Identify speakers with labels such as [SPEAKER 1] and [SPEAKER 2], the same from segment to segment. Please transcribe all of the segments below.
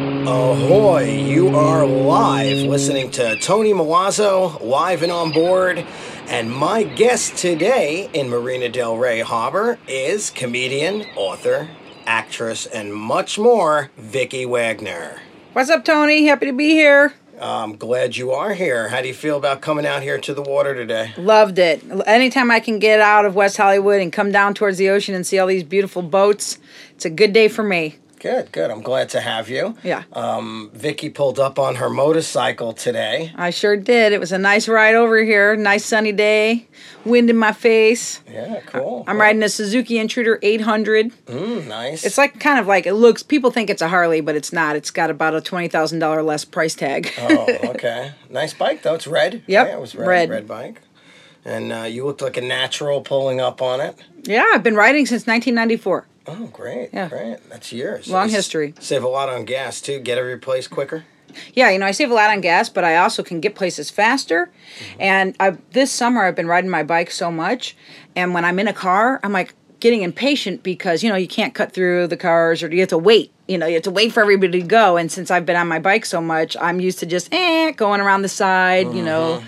[SPEAKER 1] Ahoy, you are live listening to Tony Milazzo, live and on board. And my guest today in Marina Del Rey Harbor is comedian, author, actress, and much more, Vicky Wagner.
[SPEAKER 2] What's up, Tony? Happy to be here.
[SPEAKER 1] I'm glad you are here. How do you feel about coming out here to the water today?
[SPEAKER 2] Loved it. Anytime I can get out of West Hollywood and come down towards the ocean and see all these beautiful boats, it's a good day for me.
[SPEAKER 1] Good, good. I'm glad to have you.
[SPEAKER 2] Yeah.
[SPEAKER 1] Um, Vicky pulled up on her motorcycle today.
[SPEAKER 2] I sure did. It was a nice ride over here. Nice sunny day, wind in my face.
[SPEAKER 1] Yeah, cool.
[SPEAKER 2] I'm riding a Suzuki Intruder 800.
[SPEAKER 1] Mm, nice.
[SPEAKER 2] It's like kind of like it looks. People think it's a Harley, but it's not. It's got about a twenty thousand dollar less price tag.
[SPEAKER 1] oh, okay. Nice bike though. It's red.
[SPEAKER 2] Yep,
[SPEAKER 1] Yeah, it was red. Red,
[SPEAKER 2] red.
[SPEAKER 1] bike. And uh, you looked like a natural pulling up on it.
[SPEAKER 2] yeah, I've been riding since 1994.
[SPEAKER 1] Oh, great.
[SPEAKER 2] Yeah.
[SPEAKER 1] Great. That's yours.
[SPEAKER 2] Long
[SPEAKER 1] You s-
[SPEAKER 2] history.
[SPEAKER 1] Save a lot on gas too. Get every place quicker.
[SPEAKER 2] Yeah, you know, I save a lot on gas, but I also can get places faster.
[SPEAKER 1] Mm-hmm.
[SPEAKER 2] And I, this summer, I've been riding my bike so much. And when I'm in a car, I'm like getting impatient because, you know, you can't cut through the cars or you have to wait. You know, you have to wait for everybody to go. And since I've been on my bike so much, I'm used to just eh, going around the side, you know,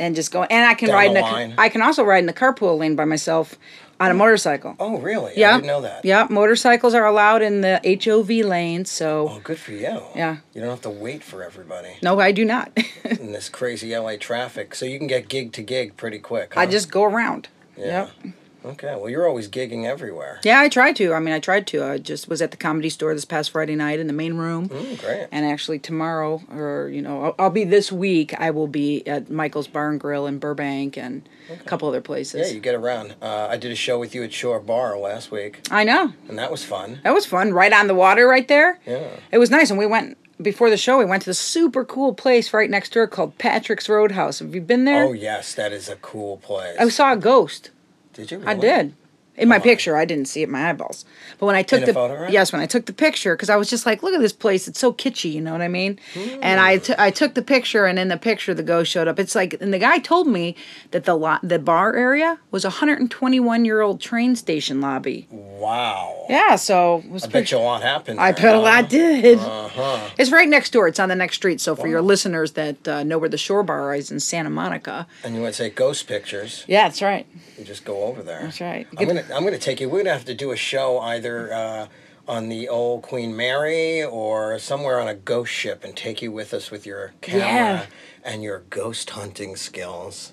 [SPEAKER 2] and just going. And I
[SPEAKER 1] Mm-hmm.
[SPEAKER 2] can
[SPEAKER 1] Down
[SPEAKER 2] ride in
[SPEAKER 1] the
[SPEAKER 2] a, ca-
[SPEAKER 1] line.
[SPEAKER 2] I can also ride in the carpool lane by myself on a motorcycle.
[SPEAKER 1] Oh, really? I didn't know that.
[SPEAKER 2] Yeah, motorcycles are allowed in the HOV lane. So,
[SPEAKER 1] Oh, good for you.
[SPEAKER 2] Yeah.
[SPEAKER 1] You don't have to wait for everybody
[SPEAKER 2] no, I do not.
[SPEAKER 1] in this crazy LA traffic, so you can get gig to gig pretty quick.
[SPEAKER 2] I
[SPEAKER 1] huh?
[SPEAKER 2] just go around.
[SPEAKER 1] Yeah.
[SPEAKER 2] Yep.
[SPEAKER 1] Okay. Well, you're always gigging everywhere.
[SPEAKER 2] Yeah, I tried to. I mean, I tried to. I just was at the comedy store this past Friday night in the main room.
[SPEAKER 1] Mm, great.
[SPEAKER 2] And actually, tomorrow, or, you know, I'll, I'll be this week, I will be at Michael's Bar and Grill in Burbank and a couple other
[SPEAKER 1] yeah,
[SPEAKER 2] places.
[SPEAKER 1] you get around. Uh, I did a show with you at Shore Bar last week,
[SPEAKER 2] I know.
[SPEAKER 1] and that was fun.
[SPEAKER 2] That was fun. Right on the water, right there.
[SPEAKER 1] Yeah.
[SPEAKER 2] It was nice. And we went, before the show, we went to the super cool place right next door called Patrick's Roadhouse. Have you been there?
[SPEAKER 1] Oh yes, that is a cool place.
[SPEAKER 2] I saw a ghost.
[SPEAKER 1] did you?
[SPEAKER 2] I
[SPEAKER 1] really? Oh,
[SPEAKER 2] did. In my picture, I didn't see it in my eyeballs. But when I took
[SPEAKER 1] In a
[SPEAKER 2] the
[SPEAKER 1] photograph?
[SPEAKER 2] yes, when I took the picture, because I was just like, look at this place, it's so kitschy, you know what I mean? And I t- I took the picture, and in the picture, the ghost showed up. It's like, and the guy told me that the lot, the bar area was a 121 year old train station lobby.
[SPEAKER 1] Wow.
[SPEAKER 2] Yeah, so it was
[SPEAKER 1] I bet Uh-huh. you a lot happened.
[SPEAKER 2] I
[SPEAKER 1] there,
[SPEAKER 2] bet a
[SPEAKER 1] huh?
[SPEAKER 2] lot did. It's right next door. It's on the next street. So for your listeners that uh, know where the Shore Bar is in Santa Monica,
[SPEAKER 1] And you want to say ghost pictures?
[SPEAKER 2] yeah, that's right.
[SPEAKER 1] You just go over there. That's
[SPEAKER 2] right.
[SPEAKER 1] I'm gonna I'm gonna take you. We're gonna have to do a show either uh, on the old Queen Mary or somewhere on a ghost ship and take you with us with your camera
[SPEAKER 2] Yeah.
[SPEAKER 1] and your ghost hunting skills.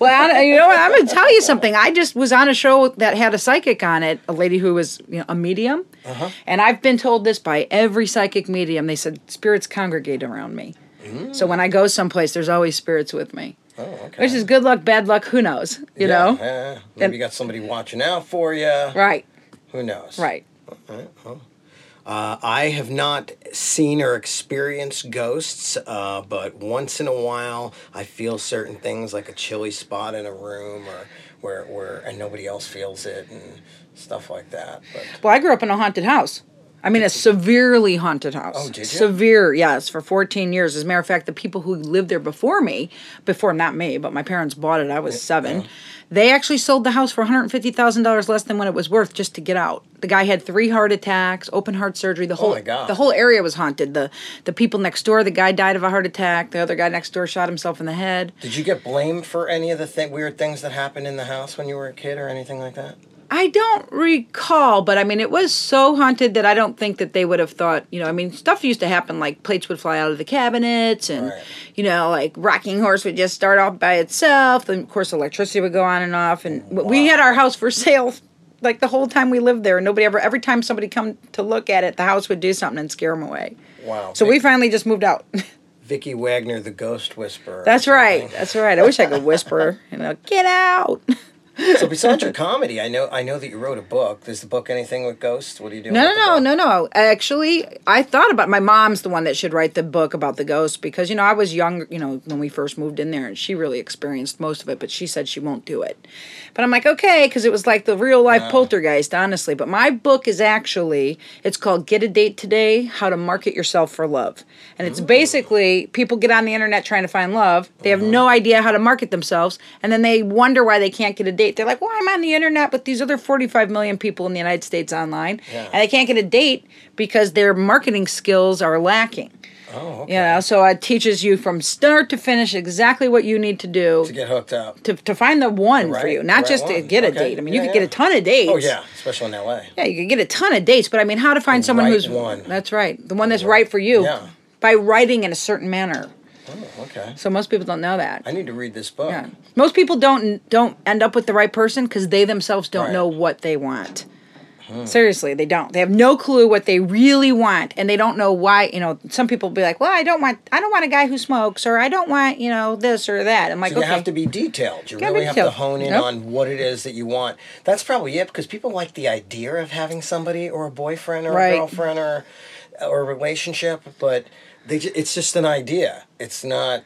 [SPEAKER 2] Well, I- you know what? I'm going to tell you something. I just was on a show that had a psychic on it, a lady who was you know, a medium.
[SPEAKER 1] Uh-huh.
[SPEAKER 2] And I've been told this by every psychic medium. They said, spirits congregate around me.
[SPEAKER 1] Mm.
[SPEAKER 2] So when I go someplace, there's always spirits with me.
[SPEAKER 1] Oh, okay.
[SPEAKER 2] Which is good luck, bad luck, who knows? You know?
[SPEAKER 1] Yeah. Maybe
[SPEAKER 2] And-
[SPEAKER 1] you got somebody watching out for you.
[SPEAKER 2] Right,
[SPEAKER 1] Who knows?
[SPEAKER 2] right.
[SPEAKER 1] I have not seen or experienced ghosts, uh, but once in a while I feel certain things like a chilly spot in a room or where, where and nobody else feels it and stuff like that. But
[SPEAKER 2] Well, I grew up in a haunted house. I mean, a severely haunted house.
[SPEAKER 1] Oh, did you?
[SPEAKER 2] Severe, yes, for 14 years. As a matter of fact, the people who lived there before me, before not me, but my parents bought it, I was seven, they actually sold the house for $150,000 less than what it was worth just to get out. The guy had three heart attacks, open heart surgery. The whole
[SPEAKER 1] Oh my God.
[SPEAKER 2] the whole area was haunted. The the people next door, the guy died of a heart attack. The other guy next door shot himself in the head.
[SPEAKER 1] did you get blamed for any of the th- weird things that happened in the house when you were a kid or anything like that?
[SPEAKER 2] I don't recall, but I mean, it was so haunted that I don't think that they would have thought, you know, I mean, stuff used to happen like plates would fly out of the cabinets and,
[SPEAKER 1] Right.
[SPEAKER 2] you know, like rocking horse would just start off by itself. And of course, electricity would go on and off. And w we had our house for sale like the whole time we lived there. Nobody ever, every time somebody come to look at it, the house would do something and scare them away.
[SPEAKER 1] Wow.
[SPEAKER 2] So we finally just moved out.
[SPEAKER 1] Vicky Wagner, the ghost whisperer.
[SPEAKER 2] That's right. That's right. I wish I could whisper, you know, get out.
[SPEAKER 1] so besides your comedy, I know I know that you wrote a book. Does the book anything with ghosts? What are you doing?
[SPEAKER 2] No,
[SPEAKER 1] with the
[SPEAKER 2] no, no,
[SPEAKER 1] book?
[SPEAKER 2] no, no. Actually, I thought about my mom's the one that should write the book about the ghosts because you know I was young, you know, when we first moved in there, and she really experienced most of it. But she said she won't do it. But I'm like, okay, because it was like the real life poltergeist, honestly. But my book is actually it's called Get a Date Today: How to Market Yourself for Love, and it's basically people get on the internet trying to find love. They have no idea how to market themselves, and then they wonder why they can't get a date. They're like, well, I'm on the internet with these other 45 million people in the United States online,
[SPEAKER 1] Yeah.
[SPEAKER 2] and they can't get a date because their marketing skills are lacking.
[SPEAKER 1] Oh, okay.
[SPEAKER 2] You know, so it teaches you from start to finish exactly what you need to do
[SPEAKER 1] To get hooked up.
[SPEAKER 2] to, to find the one
[SPEAKER 1] Right,
[SPEAKER 2] for you,
[SPEAKER 1] the
[SPEAKER 2] not
[SPEAKER 1] right
[SPEAKER 2] just to
[SPEAKER 1] one.
[SPEAKER 2] get a
[SPEAKER 1] Okay.
[SPEAKER 2] date. I mean,
[SPEAKER 1] Yeah,
[SPEAKER 2] you could get
[SPEAKER 1] yeah.
[SPEAKER 2] a ton of dates.
[SPEAKER 1] Oh yeah, especially in L.A.
[SPEAKER 2] Yeah, you could get a ton of dates, but I mean, how to find someone
[SPEAKER 1] right
[SPEAKER 2] who's
[SPEAKER 1] one.
[SPEAKER 2] That's right, the one that's right for you.
[SPEAKER 1] Yeah.
[SPEAKER 2] By writing in a certain manner.
[SPEAKER 1] Oh, okay.
[SPEAKER 2] So most people don't know that.
[SPEAKER 1] I need to read this book.
[SPEAKER 2] Yeah. Most people don't don't end up with the right person because they themselves don't
[SPEAKER 1] Right. Hmm.
[SPEAKER 2] know what they want. Seriously, they don't. They have no clue what they really want, and they don't know why. You know, some people be like, "Well, I don't want, I don't want a guy who smokes, or I don't want, you know, this or that." I'm like,
[SPEAKER 1] So you
[SPEAKER 2] okay,
[SPEAKER 1] have to be detailed. You
[SPEAKER 2] Gotta be
[SPEAKER 1] really have to
[SPEAKER 2] detailed.
[SPEAKER 1] hone in
[SPEAKER 2] Yep.
[SPEAKER 1] on what it is that you want. That's probably it because people like the idea of having somebody or a boyfriend or
[SPEAKER 2] Right.
[SPEAKER 1] a girlfriend or or a relationship, but they ju- it's just an idea. It's not,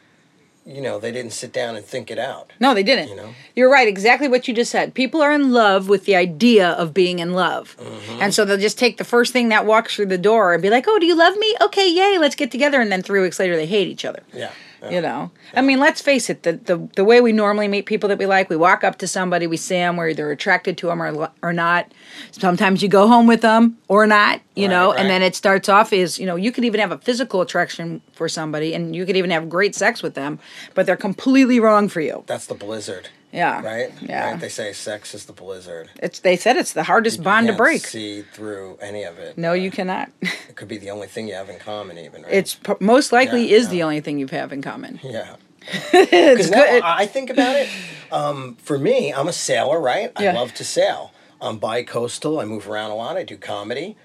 [SPEAKER 1] you know, they didn't sit down and think it out.
[SPEAKER 2] No, they didn't. You
[SPEAKER 1] know?
[SPEAKER 2] are right. Exactly what you just said. People are in love with the idea of being in love.
[SPEAKER 1] Mm-hmm.
[SPEAKER 2] And so they'll just take the first thing that walks through the door and be like, oh, do you love me? Okay, yay, let's get together. And then three weeks later, they hate each other.
[SPEAKER 1] Yeah.
[SPEAKER 2] You know, I mean, let's face it. The, the the way we normally meet people that we like, we walk up to somebody, we see them, we're either attracted to them or lo- or not. Sometimes you go home with them or not, you
[SPEAKER 1] Right,
[SPEAKER 2] know.
[SPEAKER 1] right.
[SPEAKER 2] And then it starts off is you know you could even have a physical attraction for somebody, and you could even have great sex with them, but they're completely wrong for you.
[SPEAKER 1] That's the blizzard.
[SPEAKER 2] Yeah.
[SPEAKER 1] Right?
[SPEAKER 2] Yeah.
[SPEAKER 1] Right? They say sex is the blizzard.
[SPEAKER 2] It's they said it's the hardest bond to
[SPEAKER 1] Can't
[SPEAKER 2] break.
[SPEAKER 1] See through any of it.
[SPEAKER 2] No, you cannot.
[SPEAKER 1] It could be the only thing you have in common, even. Right?
[SPEAKER 2] It's p- most likely
[SPEAKER 1] Yeah,
[SPEAKER 2] is
[SPEAKER 1] yeah.
[SPEAKER 2] the only thing you have in common.
[SPEAKER 1] yeah.
[SPEAKER 2] It's
[SPEAKER 1] Now,
[SPEAKER 2] good.
[SPEAKER 1] I I think about it. Um, for me, I'm a sailor, right? I
[SPEAKER 2] Yeah.
[SPEAKER 1] love to sail. I'm bi-coastal. I move around a lot. I do comedy.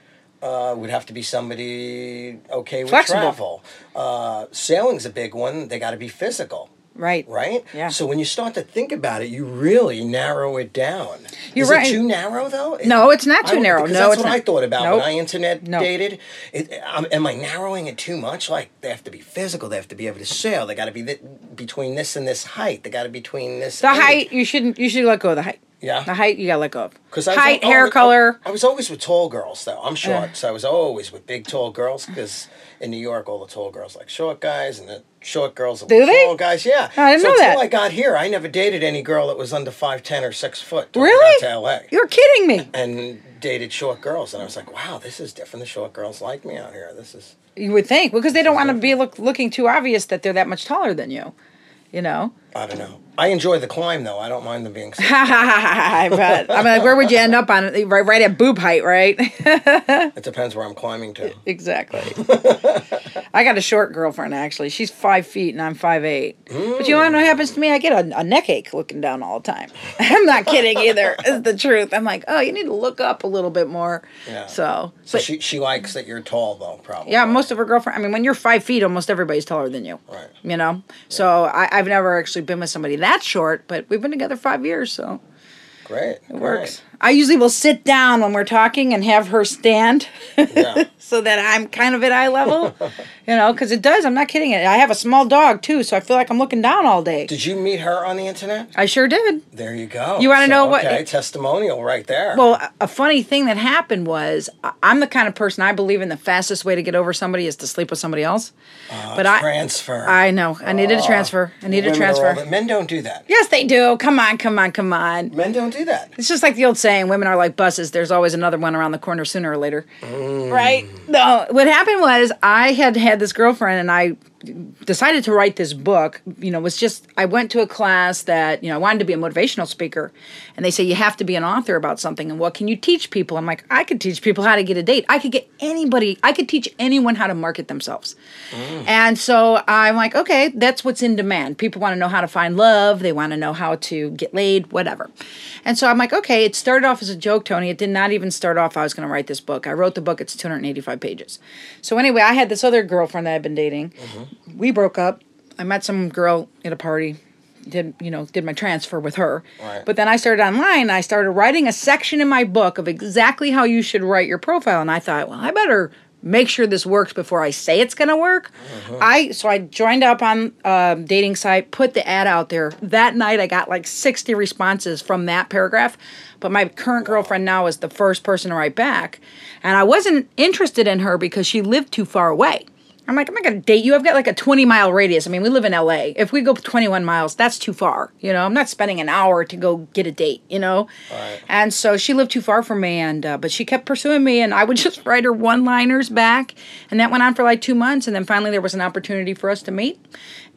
[SPEAKER 1] Uh, would have to be somebody okay with
[SPEAKER 2] Flexible.
[SPEAKER 1] travel. Uh, sailing's a big one. They got to be physical,
[SPEAKER 2] right.
[SPEAKER 1] right?
[SPEAKER 2] Yeah.
[SPEAKER 1] So when you start to think about it, you really narrow it down.
[SPEAKER 2] You're
[SPEAKER 1] Is
[SPEAKER 2] right.
[SPEAKER 1] It too narrow though. It-
[SPEAKER 2] No, it's not
[SPEAKER 1] I
[SPEAKER 2] too
[SPEAKER 1] would-
[SPEAKER 2] narrow.
[SPEAKER 1] because
[SPEAKER 2] No,
[SPEAKER 1] that's
[SPEAKER 2] it's
[SPEAKER 1] what I
[SPEAKER 2] not.
[SPEAKER 1] thought about
[SPEAKER 2] Nope.
[SPEAKER 1] when I internet
[SPEAKER 2] No.
[SPEAKER 1] dated. It, um, am I narrowing it too much? Like they have to be physical. They have to be able to sail. They got to be th- between this and this height. They got to be between this.
[SPEAKER 2] The height you shouldn't you should let go of the height.
[SPEAKER 1] Yeah.
[SPEAKER 2] The height you gotta let go of.
[SPEAKER 1] Because
[SPEAKER 2] height, hair color.
[SPEAKER 1] oh, I, was always with tall girls though. I'm short, so I was always with big tall girls. Because in New York, all the tall girls like short guys, and the short girls are
[SPEAKER 2] Do
[SPEAKER 1] with
[SPEAKER 2] they?
[SPEAKER 1] tall guys. Yeah.
[SPEAKER 2] I didn't
[SPEAKER 1] so
[SPEAKER 2] know
[SPEAKER 1] until
[SPEAKER 2] that.
[SPEAKER 1] I got here, I never dated any girl that was under five ten or six foot. till I
[SPEAKER 2] Really?
[SPEAKER 1] Got to LA.
[SPEAKER 2] You're kidding me.
[SPEAKER 1] and dated short girls, and I was like, wow, this is different. The short girls like me out here. This is
[SPEAKER 2] You would think. Because they don't want to be look, looking too obvious that they're that much taller than you. You know?
[SPEAKER 1] I don't know. I enjoy the climb though. I don't mind them being.
[SPEAKER 2] Ha ha ha ha ha. I bet. I mean like, where would you end up on it? Right right at boob height, right?
[SPEAKER 1] it depends where I'm climbing to.
[SPEAKER 2] Exactly. I got a short girlfriend actually. She's five feet and I'm five eight. But you want to know what happens to me? I get a, a neck ache looking down all the time. I'm not kidding either. It's the truth. I'm like, oh, you need to look up a little bit more.
[SPEAKER 1] Yeah.
[SPEAKER 2] So,
[SPEAKER 1] So
[SPEAKER 2] but-
[SPEAKER 1] she she likes that you're tall though, probably.
[SPEAKER 2] yeah, most of her girlfriend. I mean, when you're five feet, almost everybody's taller than you.
[SPEAKER 1] Right.
[SPEAKER 2] You know. So I, I've never actually been with somebody that short, but we've been together five years, so
[SPEAKER 1] Great.
[SPEAKER 2] it works. I usually will sit down when we're talking and have her stand.
[SPEAKER 1] Yeah.
[SPEAKER 2] so that I'm kind of at eye level, you know, because it does. I'm not kidding. It. I have a small dog too, so I feel like I'm looking down all day.
[SPEAKER 1] Did you meet her on the internet?
[SPEAKER 2] I sure did.
[SPEAKER 1] There you go.
[SPEAKER 2] You wanna know what-
[SPEAKER 1] Okay, testimonial right there.
[SPEAKER 2] Well, a- a funny thing that happened was I- I'm the kind of person I believe in the fastest way to get over somebody is to sleep with somebody else.
[SPEAKER 1] Uh,
[SPEAKER 2] but I,
[SPEAKER 1] transfer.
[SPEAKER 2] I know I needed a transfer. I
[SPEAKER 1] Uh,
[SPEAKER 2] needed a
[SPEAKER 1] Women are all
[SPEAKER 2] transfer.
[SPEAKER 1] that- Men don't do that.
[SPEAKER 2] Yes, they do. Come on, come on, come on.
[SPEAKER 1] Men don't do that.
[SPEAKER 2] It's just like the old saying, women are like buses. There's always another one around the corner sooner or later. Right? No, what happened was I had had this girlfriend and I decided to write this book. You know, it was just, I went to a class that, you know, I wanted to be a motivational speaker. And they say, you have to be an author about something. And what can you teach people? I'm like, I could teach people how to get a date. I could get anybody, I could teach anyone how to market themselves. And so I'm like, okay, that's what's in demand. People want to know how to find love. They want to know how to get laid, whatever. And so I'm like, okay, it started off as a joke, Tony. It did not even start off, I was going to write this book. I wrote the book, it's 285 pages. So anyway, I had this other girlfriend that I've been dating. We broke up. I met some girl at a party. Did you know? Did my transfer with her,
[SPEAKER 1] Right.
[SPEAKER 2] but then I started online. I started writing a section in my book of exactly how you should write your profile, and I thought, well, I better make sure this works before I say it's going to work. I so I joined up on a dating site, put the ad out there. That night, I got like sixty responses from that paragraph. But my current girlfriend now is the first person to write back, and I wasn't interested in her because she lived too far away. I'm like, I'm not gonna date you. I've got like a 20 mile radius. I mean, we live in LA. If we go 21 miles, that's too far. You know, I'm not spending an hour to go get a date. You know,
[SPEAKER 1] Right.
[SPEAKER 2] and so she lived too far from me, and uh, but she kept pursuing me, and I would just write her one liners back, and that went on for like two months, and then finally there was an opportunity for us to meet,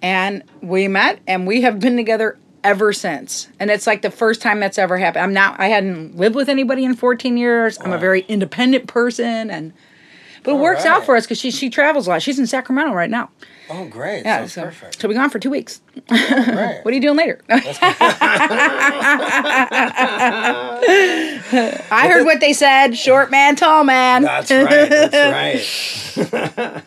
[SPEAKER 2] and we met, and we have been together ever since and it's like the first time that's ever happened i'm not i hadn't lived with anybody in 14 years i'm a very independent person and but it works out
[SPEAKER 1] right.
[SPEAKER 2] for us because she she travels a lot. She's in Sacramento right now.
[SPEAKER 1] Oh, great.
[SPEAKER 2] Yeah,
[SPEAKER 1] Sounds
[SPEAKER 2] so
[SPEAKER 1] perfect.
[SPEAKER 2] she'll be gone for two weeks.
[SPEAKER 1] Great.
[SPEAKER 2] What are you doing later? I heard what they said. Short man, tall man.
[SPEAKER 1] That's right. That's right.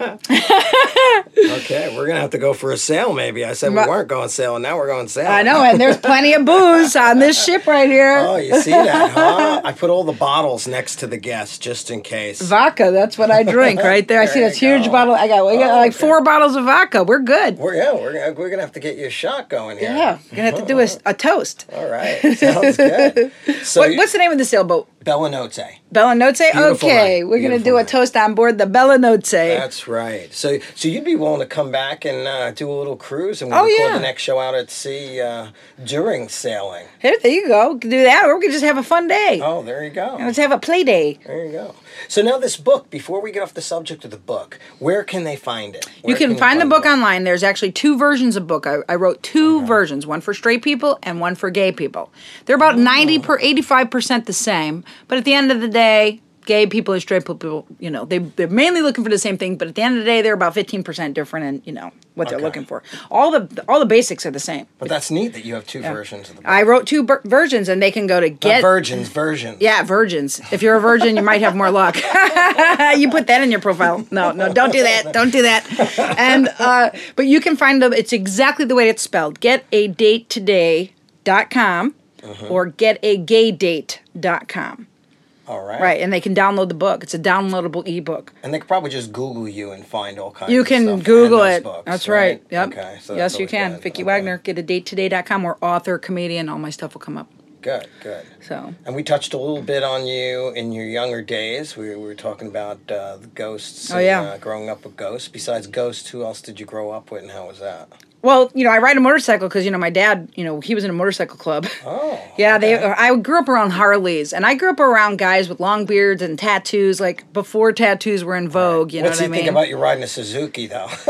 [SPEAKER 1] okay, we're gonna have to go for a sail. Maybe I said we
[SPEAKER 2] Well-
[SPEAKER 1] weren't going sail, and now we're going sail.
[SPEAKER 2] I know, and there's plenty of booze on this ship right here.
[SPEAKER 1] Oh, you see that, huh? I put all the bottles next to the guests just in case.
[SPEAKER 2] Vodka, that's what I drink right there. I see
[SPEAKER 1] There
[SPEAKER 2] this
[SPEAKER 1] you
[SPEAKER 2] huge
[SPEAKER 1] go.
[SPEAKER 2] bottle. I got, we got
[SPEAKER 1] Oh,
[SPEAKER 2] like
[SPEAKER 1] okay.
[SPEAKER 2] four bottles of vodka. We're good.
[SPEAKER 1] We're yeah, we're gonna, we're gonna have to get you a shot going here.
[SPEAKER 2] Yeah, gonna have to do a, a toast.
[SPEAKER 1] All right. Sounds good. So
[SPEAKER 2] What, what's the name of the sailboat?
[SPEAKER 1] Bellinote?
[SPEAKER 2] Bellinote?
[SPEAKER 1] Beautiful
[SPEAKER 2] okay,
[SPEAKER 1] night.
[SPEAKER 2] we're going
[SPEAKER 1] Beautiful
[SPEAKER 2] to do a
[SPEAKER 1] night.
[SPEAKER 2] toast on board the Bellinote.
[SPEAKER 1] That's right. So so you'd be willing to come back and uh, do a little cruise, and we'll
[SPEAKER 2] Oh,
[SPEAKER 1] record
[SPEAKER 2] yeah.
[SPEAKER 1] the next show out at sea uh, during sailing.
[SPEAKER 2] Here, there you go. We can do that, or we can just have a fun day.
[SPEAKER 1] Oh, there you go.
[SPEAKER 2] Let's have a play day.
[SPEAKER 1] There you go. So now this book, before we get off the subject of the book, where can they find it?
[SPEAKER 2] You
[SPEAKER 1] Where
[SPEAKER 2] can find the book
[SPEAKER 1] on
[SPEAKER 2] online. There's actually two versions of book. I, I wrote two versions, one for straight people and one for gay people. They're about
[SPEAKER 1] Oh.
[SPEAKER 2] 90 per 85% the same, but at the end of the day, gay people and straight people, you know, they they're mainly looking for the same thing, but at the end of the day, they're about 15% different in, you know, what they're
[SPEAKER 1] Okay.
[SPEAKER 2] looking for. All the all the basics are the same.
[SPEAKER 1] But that's neat that you have two versions of the book.
[SPEAKER 2] I wrote two ber- versions and they can go to
[SPEAKER 1] Not
[SPEAKER 2] get
[SPEAKER 1] virgins, versions.
[SPEAKER 2] Uh, Yeah, virgins. If you're a virgin, you might have more luck. you put that in your profile. No, no, don't do that. Don't do that. And uh, but you can find them. It's exactly the way it's spelled. Get a date today.com
[SPEAKER 1] Uh-huh.
[SPEAKER 2] or get a gay date.com.
[SPEAKER 1] All right.
[SPEAKER 2] Right, and they can download the book. It's a downloadable ebook.
[SPEAKER 1] And they could probably just Google you and find all kinds
[SPEAKER 2] You
[SPEAKER 1] of stuff
[SPEAKER 2] can
[SPEAKER 1] and
[SPEAKER 2] Google
[SPEAKER 1] those
[SPEAKER 2] it.
[SPEAKER 1] books,
[SPEAKER 2] that's right. Yep.
[SPEAKER 1] Okay. So that's
[SPEAKER 2] yes, you
[SPEAKER 1] always
[SPEAKER 2] can.
[SPEAKER 1] good.
[SPEAKER 2] Vicky
[SPEAKER 1] Okay.
[SPEAKER 2] Wagner, get a date today.com or author, comedian, all my stuff will come up.
[SPEAKER 1] Good, good.
[SPEAKER 2] So
[SPEAKER 1] And we touched a little bit on you in your younger days. We, we were talking about uh, the ghosts.
[SPEAKER 2] Oh,
[SPEAKER 1] and,
[SPEAKER 2] yeah.
[SPEAKER 1] uh, growing up with ghosts. Besides ghosts, who else did you grow up with and how was that?
[SPEAKER 2] Well, you know, I ride a motorcycle because you know my dad. You know, he was in a motorcycle club.
[SPEAKER 1] Oh.
[SPEAKER 2] Yeah, they. I grew up around Harleys, and I grew up around guys with long beards and tattoos, like before tattoos were in vogue. You know
[SPEAKER 1] What's
[SPEAKER 2] what I
[SPEAKER 1] he
[SPEAKER 2] mean?
[SPEAKER 1] think about you riding a Suzuki, though?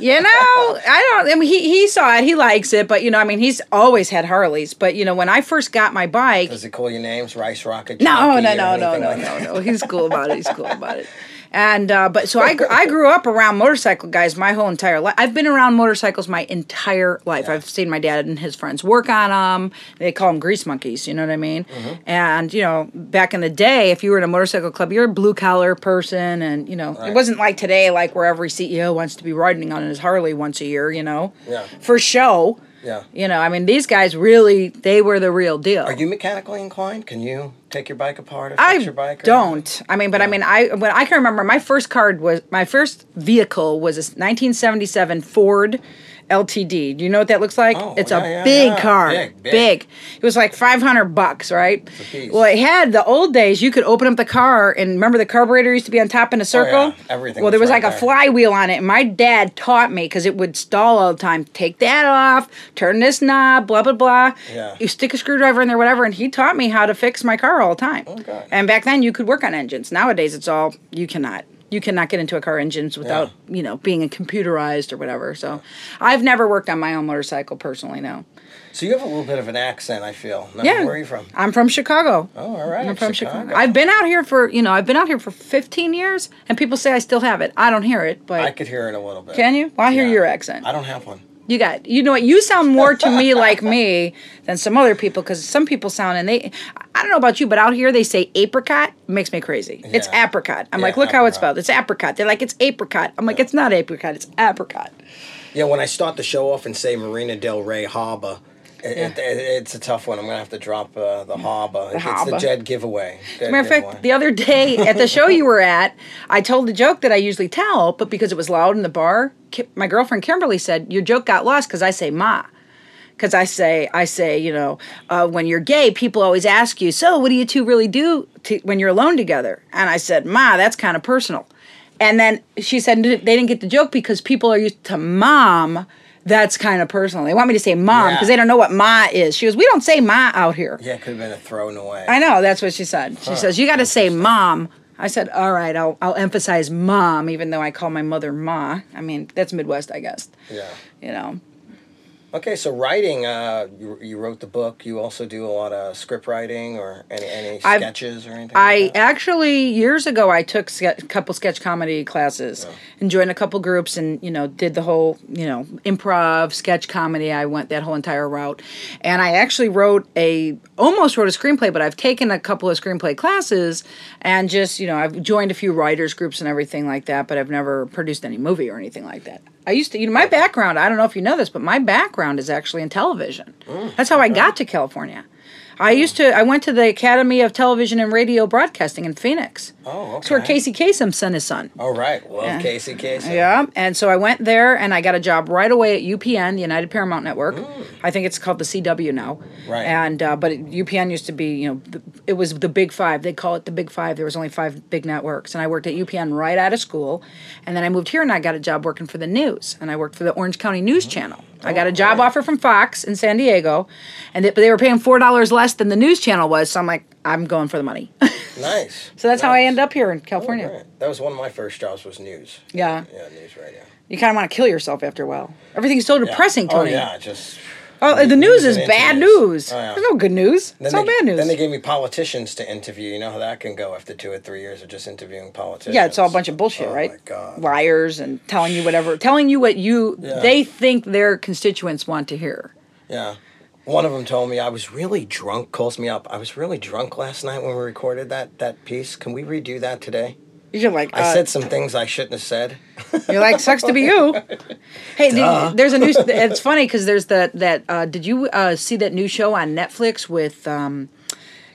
[SPEAKER 2] you know, I don't. I mean, he he saw it, he likes it, but you know, I mean, he's always had Harleys. But you know, when I first got my bike,
[SPEAKER 1] Does he call you names? Rice Rocket?
[SPEAKER 2] no, oh,
[SPEAKER 1] Jockey,
[SPEAKER 2] no,
[SPEAKER 1] or
[SPEAKER 2] no, no,
[SPEAKER 1] anything
[SPEAKER 2] no,
[SPEAKER 1] like that?
[SPEAKER 2] no, no. He's cool about it. He's cool about it. And uh, but so I gr- I grew up around motorcycle guys my whole entire life. I've been around motorcycles my entire life. I've seen my dad and his friends work on them. They call them grease monkeys. You know what I mean?
[SPEAKER 1] Mm-hmm.
[SPEAKER 2] And you know, back in the day, if you were in a motorcycle club, you're a blue collar person, and you know, it
[SPEAKER 1] Right.
[SPEAKER 2] wasn't like today, like where every CEO wants to be riding on his Harley once a year. You know,
[SPEAKER 1] Yeah.
[SPEAKER 2] for show.
[SPEAKER 1] Yeah.
[SPEAKER 2] You know, I mean, these guys really, they were the real deal.
[SPEAKER 1] Are you mechanically inclined? Can you take your bike apart or fix
[SPEAKER 2] I
[SPEAKER 1] your bike? or-
[SPEAKER 2] don't. I mean, but I mean, I when I can remember, my first car was my first vehicle was a 1977 Ford LTD. Do you know what that looks like?
[SPEAKER 1] Oh,
[SPEAKER 2] it's
[SPEAKER 1] yeah,
[SPEAKER 2] a
[SPEAKER 1] yeah,
[SPEAKER 2] big
[SPEAKER 1] yeah.
[SPEAKER 2] car,
[SPEAKER 1] Big, big.
[SPEAKER 2] It was like 500 bucks, right?
[SPEAKER 1] piece.
[SPEAKER 2] Well, it had the old days. You could open up the car, and remember the carburetor used to be on top in a circle.
[SPEAKER 1] Oh, Everything
[SPEAKER 2] Well, there
[SPEAKER 1] was
[SPEAKER 2] was
[SPEAKER 1] right
[SPEAKER 2] like a
[SPEAKER 1] there.
[SPEAKER 2] flywheel on it. And my dad taught me because it would stall all the time. Take that off. Turn this knob. Blah blah blah.
[SPEAKER 1] Yeah.
[SPEAKER 2] You stick a screwdriver in there, whatever. And he taught me how to fix my car all the time.
[SPEAKER 1] Okay.
[SPEAKER 2] And back then, you could work on engines. Nowadays, it's all you cannot. You cannot get into a car engines without you know being computerized or whatever. So, I've never worked on my own motorcycle personally. No.
[SPEAKER 1] So you have a little bit of an accent, I feel. No,
[SPEAKER 2] Yeah.
[SPEAKER 1] Where are you from?
[SPEAKER 2] I'm from Chicago.
[SPEAKER 1] Oh, all right,
[SPEAKER 2] I'm from Chicago.
[SPEAKER 1] Chicago.
[SPEAKER 2] I've been out here for you know I've been out here for 15 years, and people say I still have it. I don't hear it, but
[SPEAKER 1] I could hear it a little bit.
[SPEAKER 2] Can you? Well, I hear
[SPEAKER 1] Yeah.
[SPEAKER 2] your accent.
[SPEAKER 1] I don't have one.
[SPEAKER 2] You got. You know what? You sound more to me like me than some other people because some people sound and they. I don't know about you, but out here they say apricot It makes me crazy. It's
[SPEAKER 1] Yeah.
[SPEAKER 2] apricot. I'm
[SPEAKER 1] Yeah,
[SPEAKER 2] like, look how it's
[SPEAKER 1] apricot.
[SPEAKER 2] spelled. It's apricot. They're like, it's apricot. I'm like, it's not apricot. It's apricot.
[SPEAKER 1] Yeah, when I start the show off and say Marina Del Rey Haba, it, it, it's a tough one. I'm gonna have to drop uh, the Haba. it's the
[SPEAKER 2] Haba.
[SPEAKER 1] dead giveaway. Dead
[SPEAKER 2] Matter of
[SPEAKER 1] giveaway.
[SPEAKER 2] fact, the other day at the show you were at, I told the joke that I usually tell, but because it was loud in the bar, Ki- my girlfriend Kimberly said your joke got lost because I say ma. Because I say, I say, you know, uh, when you're gay, people always ask you, so what do you two really do to, when you're alone together? And I said, ma, that's kind of personal. And then she said they didn't get the joke because people are used to mom. That's kind of personal. They want me to say mom
[SPEAKER 1] Yeah.
[SPEAKER 2] because they don't know what ma is. She goes, we don't say ma out here.
[SPEAKER 1] Yeah, it could have been a thrown away.
[SPEAKER 2] I know that's what she said. She says you got to say mom. I said, all right, I'll I'll emphasize mom, even though I call my mother ma. I mean that's Midwest, I guess.
[SPEAKER 1] Yeah.
[SPEAKER 2] You know.
[SPEAKER 1] Okay, so writing, uh, you, you wrote the book. You also do a lot of script writing or any, any
[SPEAKER 2] I've-
[SPEAKER 1] sketches or anything.
[SPEAKER 2] I
[SPEAKER 1] like that?
[SPEAKER 2] actually years ago I took ske- a couple sketch comedy classes and joined a couple groups and you know did the whole you know improv sketch comedy I went that whole entire route and I actually wrote a almost wrote a screenplay but I've taken a couple of screenplay classes and just you know I've joined a few writers groups and everything like that but I've never produced any movie or anything like that. I used to you know my background I don't know if you know this but my background is actually in television. That's how I got to California. I used to. I went to the Academy of Television and Radio Broadcasting in Phoenix.
[SPEAKER 1] Oh,
[SPEAKER 2] It's where
[SPEAKER 1] okay.
[SPEAKER 2] Casey Kasem's son is son.
[SPEAKER 1] All right. Love Casey Casey.
[SPEAKER 2] Yeah, and so I went there and I got a job right away at UPN, the United Paramount Network. I think it's called the CW now.
[SPEAKER 1] Mm. Right.
[SPEAKER 2] And uh, but it, UPN used to be, you know, the, it was the Big Five. They call it the Big Five. There was only five big networks, and I worked at UPN right out of school, and then I moved here and I got a job working for the news, and I worked for the Orange County News
[SPEAKER 1] Mm-hmm.
[SPEAKER 2] Channel. I
[SPEAKER 1] Oh,
[SPEAKER 2] got a job offer from Fox in San Diego, and they, but they were paying four dollars less than the news channel was. So I'm like, I'm going for the money.
[SPEAKER 1] Nice.
[SPEAKER 2] so that's how I
[SPEAKER 1] Nice.
[SPEAKER 2] end up here in
[SPEAKER 1] Oh,
[SPEAKER 2] California.
[SPEAKER 1] great. That was one of my first jobs was news.
[SPEAKER 2] Yeah.
[SPEAKER 1] Yeah, news radio.
[SPEAKER 2] You kind of want to kill yourself after a while. Everything's so
[SPEAKER 1] Yeah.
[SPEAKER 2] depressing, Tony.
[SPEAKER 1] Oh yeah, just.
[SPEAKER 2] Oh, the news is
[SPEAKER 1] and
[SPEAKER 2] bad
[SPEAKER 1] interviews.
[SPEAKER 2] news.
[SPEAKER 1] Oh, yeah.
[SPEAKER 2] There's no good news. it's all
[SPEAKER 1] they,
[SPEAKER 2] bad news.
[SPEAKER 1] Then they gave me politicians to interview. You know how that can go after two or three years of just interviewing politicians.
[SPEAKER 2] yeah, it's all a bunch of bullshit,
[SPEAKER 1] Oh,
[SPEAKER 2] right?
[SPEAKER 1] My God.
[SPEAKER 2] Liars and telling you whatever, telling you what you
[SPEAKER 1] Yeah.
[SPEAKER 2] they think their constituents want to hear.
[SPEAKER 1] Yeah. One of them told me I was really drunk. Calls me up. I was really drunk last night when we recorded that that piece. Can we redo that today?
[SPEAKER 2] You're like,
[SPEAKER 1] I
[SPEAKER 2] uh,
[SPEAKER 1] said some things I shouldn't have said.
[SPEAKER 2] you're like, sucks to be you. Hey, did, there's a new. It's funny because there's that that. Uh, did you uh, see that new show on Netflix with um,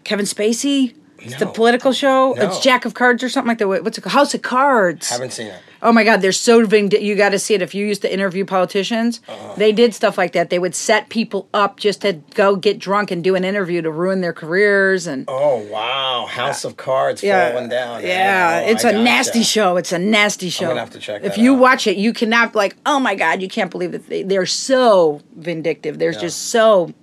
[SPEAKER 2] Kevin Spacey? It's the
[SPEAKER 1] No.
[SPEAKER 2] political show. It's
[SPEAKER 1] No.
[SPEAKER 2] Jack of Cards or something like that. What's it called? House of Cards.
[SPEAKER 1] Haven't seen it.
[SPEAKER 2] Oh my God, they're so vindic- you got to see it. If you used to interview politicians,
[SPEAKER 1] Uh-huh.
[SPEAKER 2] they did stuff like that. They would set people up just to go get drunk and do an interview to ruin their careers and.
[SPEAKER 1] Oh wow, House of Cards falling down.
[SPEAKER 2] Yeah,
[SPEAKER 1] Oh,
[SPEAKER 2] it's
[SPEAKER 1] I
[SPEAKER 2] a
[SPEAKER 1] gotcha.
[SPEAKER 2] nasty show. It's a nasty show.
[SPEAKER 1] gonna have to check
[SPEAKER 2] If
[SPEAKER 1] that
[SPEAKER 2] you
[SPEAKER 1] out.
[SPEAKER 2] watch it, you cannot like, oh my god, you can't believe that they, they're so vindictive. They're just so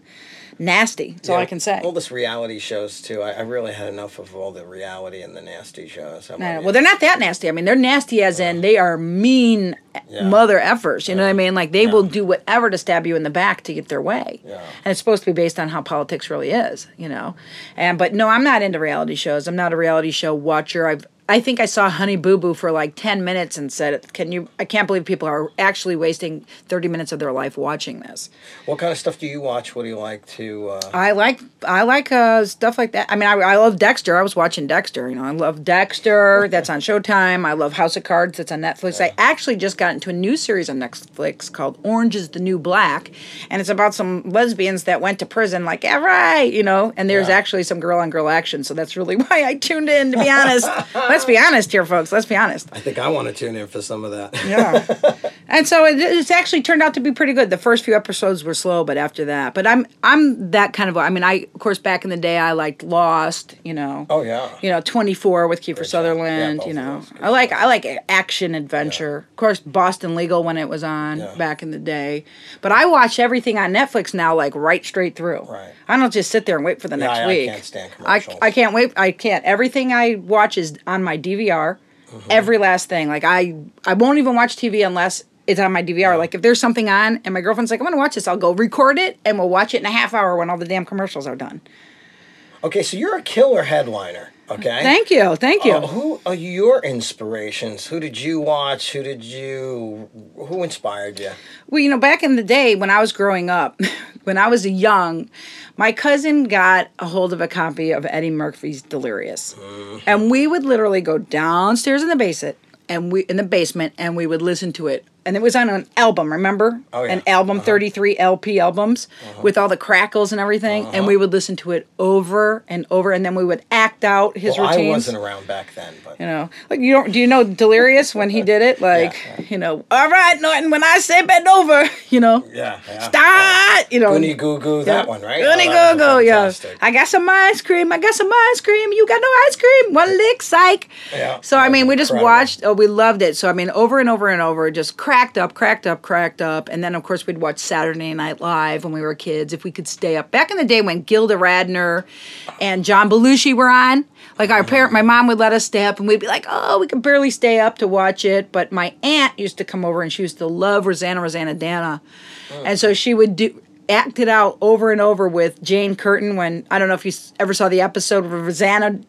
[SPEAKER 2] nasty. That's all I
[SPEAKER 1] Yeah.
[SPEAKER 2] can say.
[SPEAKER 1] All this reality shows too. I, I really had enough of all the reality and the nasty shows. I'm
[SPEAKER 2] I know.
[SPEAKER 1] like,
[SPEAKER 2] Well, they're not that nasty. I mean, they're nasty as in they are mean
[SPEAKER 1] Yeah.
[SPEAKER 2] mother effers. You know what I mean? Like they will do whatever to stab you in the back to get their way.
[SPEAKER 1] Yeah.
[SPEAKER 2] And it's supposed to be based on how politics really is. You know, and but no, I'm not into reality shows. I'm not a reality show watcher. I've I think I saw Honey Boo Boo for like ten minutes and said, "Can you? I can't believe people are actually wasting thirty minutes of their life watching this."
[SPEAKER 1] What kind of stuff do you watch? What do you like to? Uh,
[SPEAKER 2] I like I like uh, stuff like that. I mean, I, I love Dexter. I was watching Dexter. You know, I love Dexter. That's on Showtime. I love House of Cards. That's on Netflix. I actually just got into a new series on Netflix called Orange Is the New Black, and it's about some lesbians that went to prison. Like, yeah, right, you know. And there's
[SPEAKER 1] Yeah.
[SPEAKER 2] actually some girl on girl action. So that's really why I tuned in. To be honest, let's be honest here, folks. Let's be honest.
[SPEAKER 1] I think I want to tune in for some of that.
[SPEAKER 2] Yeah. and so it, it's actually turned out to be pretty good. The first few episodes were slow, but after that, but I'm I'm that kind of I mean I of course back in the day I liked Lost, you know.
[SPEAKER 1] Oh, yeah.
[SPEAKER 2] You know, 24 with Kiefer Sutherland,
[SPEAKER 1] both
[SPEAKER 2] you
[SPEAKER 1] of
[SPEAKER 2] know.
[SPEAKER 1] those. Good
[SPEAKER 2] I like I like action adventure. Of course Boston Legal when it was on
[SPEAKER 1] Yeah.
[SPEAKER 2] back in the day. But I watch everything on Netflix now like right straight through.
[SPEAKER 1] Right.
[SPEAKER 2] I don't just sit there and wait for the next
[SPEAKER 1] I- I
[SPEAKER 2] week.
[SPEAKER 1] can't stand
[SPEAKER 2] I,
[SPEAKER 1] commercials.
[SPEAKER 2] I can't wait. I can't. Everything I watch is on my DVR.
[SPEAKER 1] Mm-hmm.
[SPEAKER 2] Every last thing. Like I, I won't even watch TV unless it's on my DVR. Like if there's something on, and my girlfriend's like, "I'm gonna watch this," I'll go record it, and we'll watch it in a half hour when all the damn commercials are done.
[SPEAKER 1] Okay, so you're a killer headliner. Okay.
[SPEAKER 2] Thank you, thank you.
[SPEAKER 1] Uh, who are your inspirations? Who did you watch? Who did you? Who inspired you?
[SPEAKER 2] Well, you know, back in the day when I was growing up, when I was young, my cousin got a hold of a copy of Eddie Murphy's Delirious.
[SPEAKER 1] Uh-huh.
[SPEAKER 2] And we would literally go downstairs in the basement and we in the basement and we would listen to it and it was on an album, remember?
[SPEAKER 1] Oh, yeah. Uh-huh.
[SPEAKER 2] An album, 33 LP albums with all the crackles and everything. And we would listen to it over and over, and then we would act out his
[SPEAKER 1] Well, I
[SPEAKER 2] routines.
[SPEAKER 1] wasn't around back then, but
[SPEAKER 2] You know, like you don't. Do you know Delirious when he did it? Like, you know, all right, Norton. When I say bend over, you know,
[SPEAKER 1] yeah, yeah.
[SPEAKER 2] start. You know,
[SPEAKER 1] Goonie Goo Goo, that one, right? Oh,
[SPEAKER 2] Goody
[SPEAKER 1] that
[SPEAKER 2] Goo
[SPEAKER 1] was
[SPEAKER 2] Goo, yeah.
[SPEAKER 1] fantastic.
[SPEAKER 2] I got some ice cream. I got some ice cream. You got no ice cream. One lick, psych.
[SPEAKER 1] Yeah,
[SPEAKER 2] So I
[SPEAKER 1] that
[SPEAKER 2] mean,
[SPEAKER 1] was
[SPEAKER 2] we just
[SPEAKER 1] incredible.
[SPEAKER 2] watched. Oh, we loved it. So I mean, over and over and over, just cracked up, cracked up, cracked up. And then of course we'd watch Saturday Night Live when we were kids if we could stay up. Back in the day when Gilda Radner and John Belushi were on. Like our parent, my mom would let us stay up, and we'd be like, "Oh, we could barely stay up to watch it." But my aunt used to come over, and she used to love Rosanna, Rosanna, Dana, and so she would do act it out over and over with Jane Curtin. When I don't know if you s- ever saw the episode where Rosanna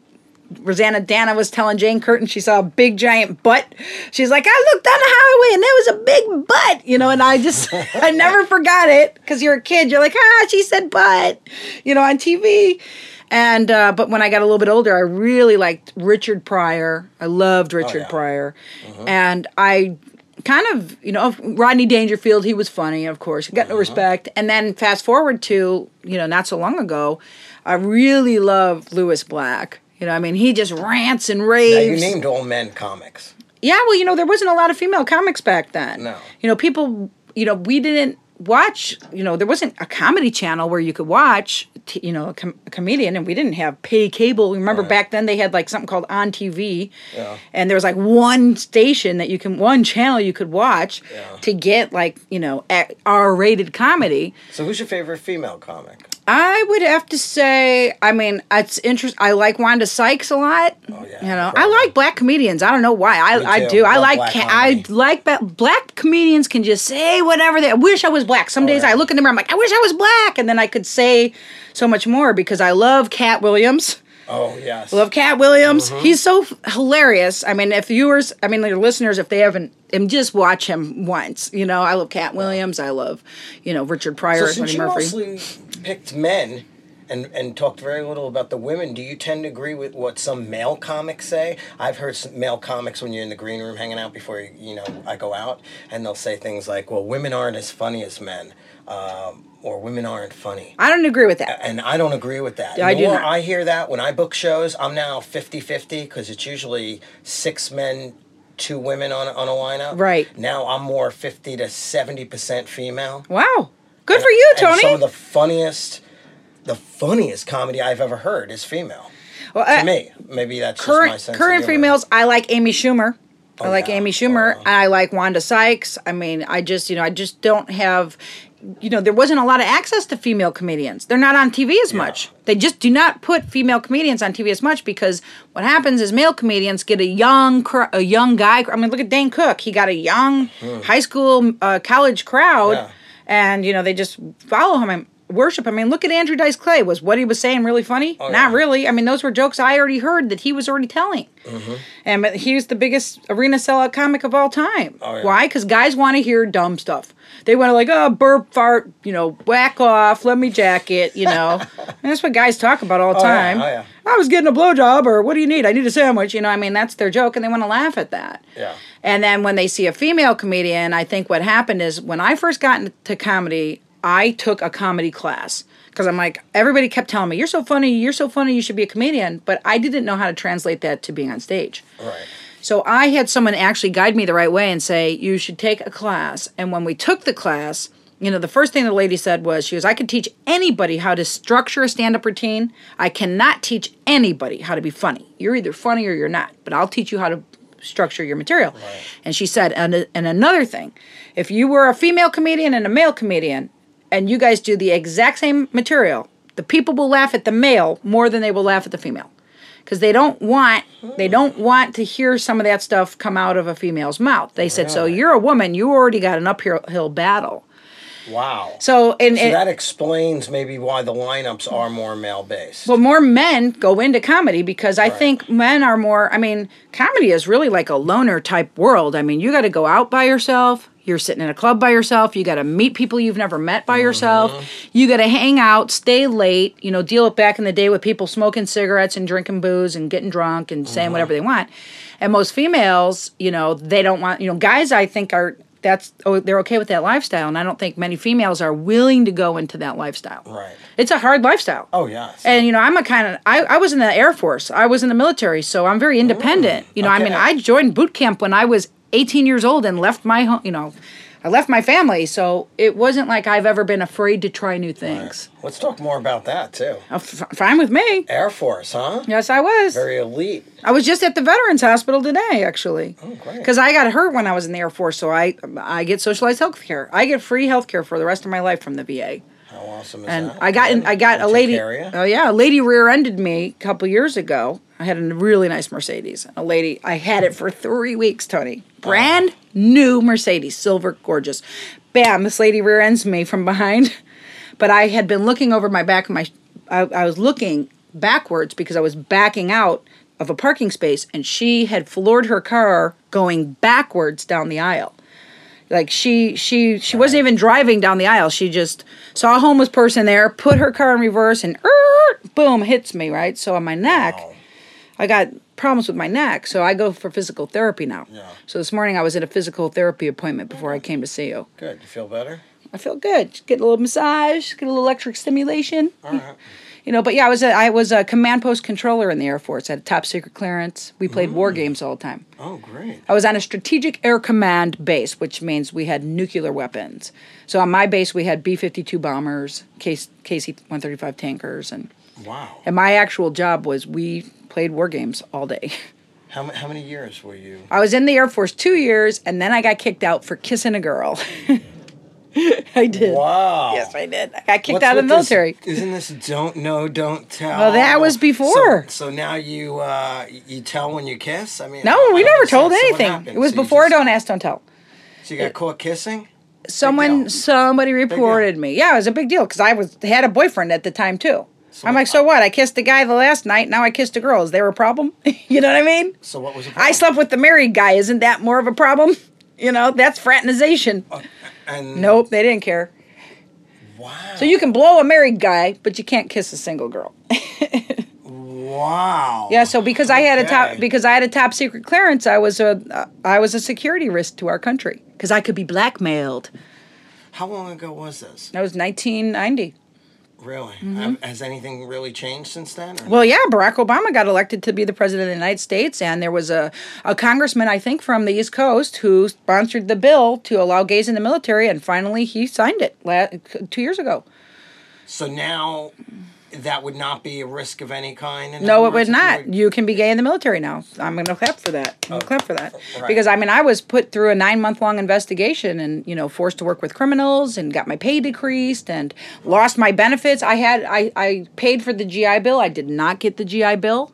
[SPEAKER 2] Rosanna Dana was telling Jane Curtin she saw a big giant butt. She's like, I looked down the highway and there was a big butt, you know, and I just, I never forgot it because you're a kid. You're like, ah, she said butt, you know, on TV. And, uh, but when I got a little bit older, I really liked Richard Pryor. I loved Richard
[SPEAKER 1] yeah.
[SPEAKER 2] Pryor.
[SPEAKER 1] Uh-huh.
[SPEAKER 2] And I kind of, you know, Rodney Dangerfield, he was funny, of course. He got
[SPEAKER 1] Uh-huh.
[SPEAKER 2] no respect. And then fast forward to, you know, not so long ago, I really love Lewis Black. You know, I mean, he just rants and
[SPEAKER 1] Now, you
[SPEAKER 2] raves.
[SPEAKER 1] named all men comics.
[SPEAKER 2] yeah, well, you know, there wasn't a lot of female comics back then.
[SPEAKER 1] No.
[SPEAKER 2] You know, people, you know, we didn't watch, you know, there wasn't a comedy channel where you could watch, t- you know, a, com- a comedian, and we didn't have pay cable. Remember back then they had like something called On TV.
[SPEAKER 1] Yeah.
[SPEAKER 2] And there was like one station that you can, one channel you could watch to get like, you know, R rated comedy.
[SPEAKER 1] So who's your favorite female comic?
[SPEAKER 2] I would have to say, I mean, it's interest. I like Wanda Sykes a lot.
[SPEAKER 1] Oh, yeah,
[SPEAKER 2] you know,
[SPEAKER 1] probably.
[SPEAKER 2] I like black comedians. I don't know why. I, I
[SPEAKER 1] too.
[SPEAKER 2] do. I
[SPEAKER 1] Love
[SPEAKER 2] like
[SPEAKER 1] black
[SPEAKER 2] ca-
[SPEAKER 1] comedy.
[SPEAKER 2] I like ba- black comedians can just say whatever they. I wish I was black. Some days
[SPEAKER 1] Oh, yeah.
[SPEAKER 2] I look in the mirror, I'm like, I wish I was black, and then I could say so much more because I love Cat Williams.
[SPEAKER 1] Oh yes,
[SPEAKER 2] Love Cat Williams.
[SPEAKER 1] Mm-hmm.
[SPEAKER 2] He's so f- hilarious. I mean, if viewers, I mean, your listeners, if they haven't, and just watch him once. You know, I love Cat Williams. I love, you know, Richard Pryor,
[SPEAKER 1] So
[SPEAKER 2] Eddie
[SPEAKER 1] since you
[SPEAKER 2] Murphy.
[SPEAKER 1] mostly picked men and and talked very little about the women, do you tend to agree with what some male comics say? I've heard some male comics when you're in the green room hanging out before you, you know I go out, and they'll say things like, "Well, women aren't as funny as men," um, or "Women aren't funny."
[SPEAKER 2] I don't agree with that.
[SPEAKER 1] and I don't agree with that.
[SPEAKER 2] Yeah, I
[SPEAKER 1] the
[SPEAKER 2] do
[SPEAKER 1] more
[SPEAKER 2] not.
[SPEAKER 1] I hear that when I book shows, I'm now 50-50 because it's usually six men, two women on on a lineup.
[SPEAKER 2] Right.
[SPEAKER 1] now, I'm more fifty to seventy percent female.
[SPEAKER 2] Wow. Good for you,
[SPEAKER 1] And
[SPEAKER 2] Tony.
[SPEAKER 1] some of the funniest, the funniest comedy I've ever heard is female.
[SPEAKER 2] Well, uh,
[SPEAKER 1] To me, maybe that's just my
[SPEAKER 2] current
[SPEAKER 1] sense of
[SPEAKER 2] current
[SPEAKER 1] humor.
[SPEAKER 2] females, I like Amy Schumer. I like
[SPEAKER 1] yeah.
[SPEAKER 2] Amy Schumer.
[SPEAKER 1] Oh,
[SPEAKER 2] I like Wanda Sykes. I mean, I just, you know, I just don't have you know, there wasn't a lot of access to female comedians. They're not on TV as much. They just do not put female comedians on TV as much because what happens is male comedians get a young cr- a young guy. I mean, look at Dane Cook. He got a young high school uh, college crowd
[SPEAKER 1] Hmm. Yeah.
[SPEAKER 2] and you know, they just follow him and worship. him. I mean, look at Andrew Dice Clay. Was what he was saying really funny? not
[SPEAKER 1] Oh, yeah.
[SPEAKER 2] really. I mean, those were jokes I already heard that he was already telling.
[SPEAKER 1] Mm-hmm.
[SPEAKER 2] And but he was the biggest arena sellout comic of all time.
[SPEAKER 1] Oh, yeah.
[SPEAKER 2] Why? Because guys want to hear dumb stuff. They want to like, oh, burp, fart, you know, whack off, let me jacket, you know. and that's what guys talk about all the
[SPEAKER 1] Oh, yeah,
[SPEAKER 2] time.
[SPEAKER 1] oh, yeah.
[SPEAKER 2] I was getting a blowjob, or what do you need? I need a sandwich. You know, I mean, that's their joke, and they want to laugh at that.
[SPEAKER 1] Yeah.
[SPEAKER 2] And then when they see a female comedian, I think what happened is when I first got into comedy, I took a comedy class because I'm like, everybody kept telling me, you're so funny, you're so funny, you should be a comedian. But I didn't know how to translate that to being on stage.
[SPEAKER 1] Right.
[SPEAKER 2] So I had someone actually guide me the right way and say, you should take a class. And when we took the class, you know, the first thing the lady said was, she was, I could teach anybody how to structure a stand up routine. I cannot teach anybody how to be funny. You're either funny or you're not, but I'll teach you how to structure your material. And she said, and, and another thing, if you were a female comedian and a male comedian, and you guys do the exact same material, the people will laugh at the male more than they will laugh at the female because they don't want they don't want to hear some of that stuff come out of a female's mouth. They said, "So you're a woman. You already got an uphill hill battle."
[SPEAKER 1] Wow.
[SPEAKER 2] So and,
[SPEAKER 1] So
[SPEAKER 2] and-
[SPEAKER 1] that explains maybe why the lineups are more male based.
[SPEAKER 2] well, more men go into comedy because I think men are more. I mean, comedy is really like a loner type world. I mean, you got to go out by yourself. You're sitting in a club by yourself. You got to meet people you've never met by yourself. You got to hang out, stay late. You know, deal with back in the day with people smoking cigarettes and drinking booze and getting drunk and saying whatever they want. And most females, you know, they don't want. You know, guys, I think are that's oh, they're okay with that lifestyle, and I don't think many females are willing to go into that lifestyle.
[SPEAKER 1] Right.
[SPEAKER 2] It's a hard lifestyle.
[SPEAKER 1] Oh, yeah. So-
[SPEAKER 2] And you know, I'm a kind of I, I was in the Air Force. I was in the military, so I'm very independent. you know, I mean,
[SPEAKER 1] okay.
[SPEAKER 2] I joined boot camp when I was 18 years old and left my home. You know, I left my family, so it wasn't like I've ever been afraid to try new things.
[SPEAKER 1] Let's talk more about that, too.
[SPEAKER 2] Uh, f- fine with me.
[SPEAKER 1] Air Force, huh?
[SPEAKER 2] Yes, I was.
[SPEAKER 1] Very elite. Oh,
[SPEAKER 2] I was just at the Veterans Hospital today, actually.
[SPEAKER 1] great.
[SPEAKER 2] Because I got hurt when I was in the Air Force, so I I get socialized health care. I get free health care for the rest of my life from the VA.
[SPEAKER 1] How awesome is
[SPEAKER 2] And
[SPEAKER 1] that?
[SPEAKER 2] I got in, I got
[SPEAKER 1] Did
[SPEAKER 2] a
[SPEAKER 1] you
[SPEAKER 2] lady.
[SPEAKER 1] carry ya?
[SPEAKER 2] Oh yeah, a lady rear-ended me a couple years ago. I had a really nice Mercedes. A lady, I had it for three weeks, Tony. Brand new Mercedes, silver, gorgeous. Bam! This lady rear-ends me from behind. But I had been looking over my back. My, I, I was looking backwards because I was backing out of a parking space, and she had floored her car going backwards down the aisle like she she she wasn't even driving down the aisle she just saw a homeless person there put her car in reverse and er, boom hits me right so on my neck
[SPEAKER 1] Wow.
[SPEAKER 2] i got problems with my neck so i go for physical therapy now
[SPEAKER 1] Yeah.
[SPEAKER 2] so this morning i was at a physical therapy appointment before i came to see you
[SPEAKER 1] Good. You feel better?
[SPEAKER 2] i feel good Just get a little massage get a little electric stimulation
[SPEAKER 1] All right.
[SPEAKER 2] you know but yeah i was a, i was a command post controller in the air force I had a top secret clearance we
[SPEAKER 1] Mm.
[SPEAKER 2] played war games all the time
[SPEAKER 1] Oh, great.
[SPEAKER 2] I was on a strategic air command base, which means we had nuclear weapons. So on my base, we had B 52 bombers, KC 135 tankers. And,
[SPEAKER 1] Wow.
[SPEAKER 2] and my actual job was we played war games all day.
[SPEAKER 1] How, ma- how many years were you?
[SPEAKER 2] I was in the Air Force two years, and then I got kicked out for kissing a girl. I did.
[SPEAKER 1] Wow.
[SPEAKER 2] Yes, I did. I got kicked
[SPEAKER 1] What's
[SPEAKER 2] out of the
[SPEAKER 1] with this-
[SPEAKER 2] military.
[SPEAKER 1] isn't this don't know, don't tell?
[SPEAKER 2] Well, that was
[SPEAKER 1] So-
[SPEAKER 2] before.
[SPEAKER 1] So, now you uh, you tell when you kiss? I mean,
[SPEAKER 2] No, we
[SPEAKER 1] I don't
[SPEAKER 2] never told
[SPEAKER 1] understand. So what
[SPEAKER 2] anything.
[SPEAKER 1] happened?
[SPEAKER 2] it was
[SPEAKER 1] So you
[SPEAKER 2] before
[SPEAKER 1] just-
[SPEAKER 2] Don't Ask, Don't Tell.
[SPEAKER 1] So you got caught kissing?
[SPEAKER 2] someone
[SPEAKER 1] deal.
[SPEAKER 2] somebody reported me yeah it was a big deal because i was had a boyfriend at the time too i'm like so what i kissed a guy the last night now i kissed a girl is there a problem you know what i mean
[SPEAKER 1] So what was the
[SPEAKER 2] i
[SPEAKER 1] problem?
[SPEAKER 2] slept with the married guy isn't that more of a problem you know that's fraternization
[SPEAKER 1] Oh. And
[SPEAKER 2] nope they didn't care
[SPEAKER 1] Wow.
[SPEAKER 2] so you can blow a married guy but you can't kiss a single girl
[SPEAKER 1] Wow.
[SPEAKER 2] yeah so because i had a
[SPEAKER 1] Okay.
[SPEAKER 2] top because i had a top secret clearance i was a uh, i was a security risk to our country because i could be blackmailed
[SPEAKER 1] How long ago was this?
[SPEAKER 2] that was 1990
[SPEAKER 1] Really? Have- Has anything really changed since then? or-
[SPEAKER 2] Mm-hmm. Well, yeah, Barack Obama got elected to be the president of the United States, and there was a, a congressman, I think, from the East Coast who sponsored the bill to allow gays in the military, and finally he signed it la- two years ago.
[SPEAKER 1] so now that would not be a risk of any kind? in
[SPEAKER 2] No,
[SPEAKER 1] other
[SPEAKER 2] it would
[SPEAKER 1] words, if you
[SPEAKER 2] not.
[SPEAKER 1] were-
[SPEAKER 2] You can be gay in the military now. I'm going to clap for that. I'm going to clap for that.
[SPEAKER 1] right.
[SPEAKER 2] Because, I mean, I was put through a nine month long investigation and, you know, forced to work with criminals and got my pay decreased and lost my benefits. I had, I, I paid for the GI Bill. I did not get the GI Bill.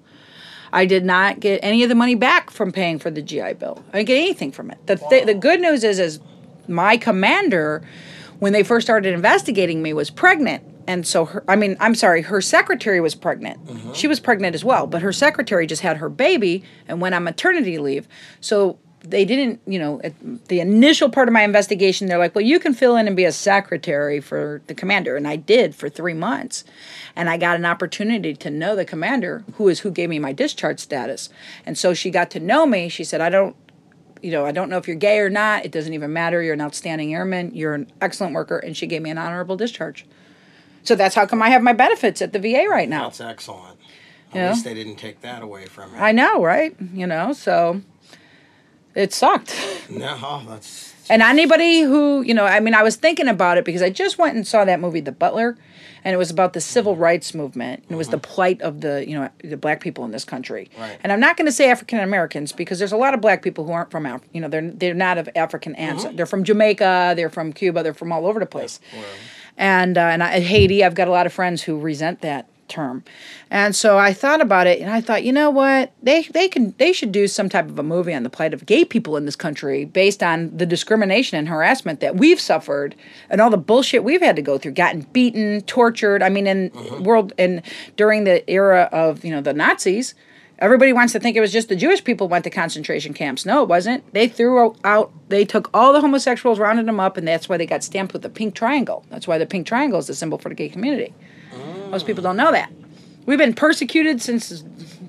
[SPEAKER 2] I did not get any of the money back from paying for the GI Bill. I didn't get anything from it. The, thi- the good news is, is my commander, when they first started investigating me, was pregnant. And so, her, I mean, I'm sorry, her secretary was pregnant. She was pregnant as well, but her secretary just had her baby and went on maternity leave. So they didn't, you know, at the initial part of my investigation, they're like, well, you can fill in and be a secretary for the commander. And I did for three months. And I got an opportunity to know the commander, who is who gave me my discharge status. And so she got to know me. She said, I don't, you know, I don't know if you're gay or not. It doesn't even matter. You're an outstanding airman. You're an excellent worker. And she gave me an honorable discharge. So that's how come I have my benefits at the VA right now.
[SPEAKER 1] That's excellent. At
[SPEAKER 2] Yeah.
[SPEAKER 1] least they didn't take that away from you.
[SPEAKER 2] I know, right? You know, so it sucked.
[SPEAKER 1] no, oh, that's.
[SPEAKER 2] And anybody who, you know, I mean, I was thinking about it because I just went and saw that movie, The Butler, and it was about the civil rights movement. And it was the plight of the, you know, the black people in this country.
[SPEAKER 1] Right.
[SPEAKER 2] And I'm not going to say African Americans because there's a lot of black people who aren't from, Af- you know, they're they're not of African ancestry. They're from Jamaica, they're from Cuba, they're from all over the place. And uh, and I, Haiti, I've got a lot of friends who resent that term. And so I thought about it and I thought, you know what? They they can they should do some type of a movie on the plight of gay people in this country based on the discrimination and harassment that we've suffered and all the bullshit we've had to go through, gotten beaten, tortured. I mean in world and during the era of, you know, the Nazis, everybody wants to think it was just the Jewish people went to concentration camps. No, it wasn't. They threw out they took all the homosexuals, rounded them up and that's why they got stamped with the pink triangle. That's why the pink triangle is the symbol for the gay community. Most people don't know that. We've been persecuted since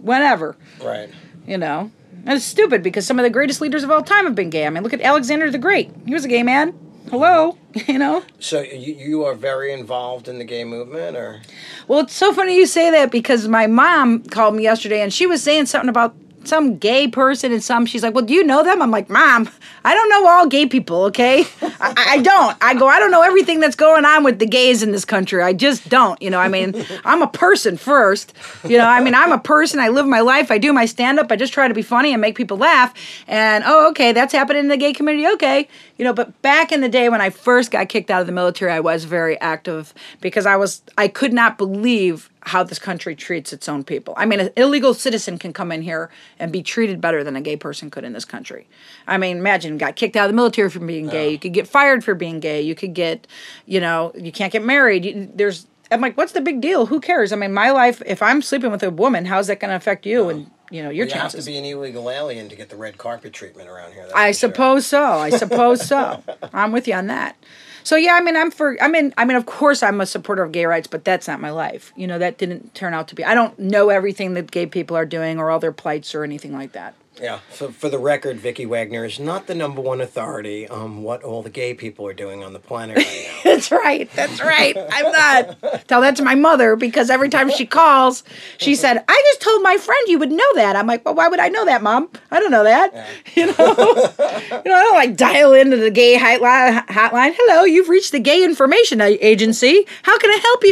[SPEAKER 2] whenever,
[SPEAKER 1] Right.
[SPEAKER 2] you know. And it's stupid because some of the greatest leaders of all time have been gay. I mean, look at Alexander the Great. He was a gay man. Hello, you know.
[SPEAKER 1] So you, you are very involved in the gay movement, or
[SPEAKER 2] Well, it's so funny you say that because my mom called me yesterday and she was saying something about some gay person and some she's like, "Well, do you know them?" I'm like, "Mom, I don't know all gay people, okay? I, I I don't. I go, I don't know everything that's going on with the gays in this country. I just don't. You know, I mean, I'm a person first. You know, I mean, I'm a person. I live my life. I do my stand up. I just try to be funny and make people laugh. And oh, okay, that's happening in the gay community. Okay, you know, but back in the day when I first got kicked out of the military, I was very active because I was I could not believe how this country treats its own people. I mean, an illegal citizen can come in here and be treated better than a gay person could in this country. I mean, imagine got kicked out of the military for being gay. You could get fired for being gay. You could get, you know, you can't get married. You, there's, I'm like, what's the big deal? Who cares? I mean, my life. If I'm sleeping with a woman, how's that going to affect you and you know your
[SPEAKER 1] you have
[SPEAKER 2] chances?
[SPEAKER 1] to be an illegal alien to get the red carpet treatment around here? that's for
[SPEAKER 2] I
[SPEAKER 1] sure.
[SPEAKER 2] suppose so. I suppose so. I'm with you on that. So yeah, I mean, I'm for. I mean, I mean, of course, I'm a supporter of gay rights, but that's not my life. You know, that didn't turn out to be. I don't know everything that gay people are doing or all their plights or anything like that.
[SPEAKER 1] Yeah. For, for the record, Vicky Wagner is not the number one authority on what all the gay people are doing on the planet right now.
[SPEAKER 2] That's right. That's right. I'm not. Tell that to my mother because every time she calls, she said, "I just told my friend you would know that." I'm like, "Well, why would I know that, Mom? I don't know that." You know, you know, I don't like dial into the gay hotline. hotline. Hello, you've reached the Gay Information A- Agency. How can I help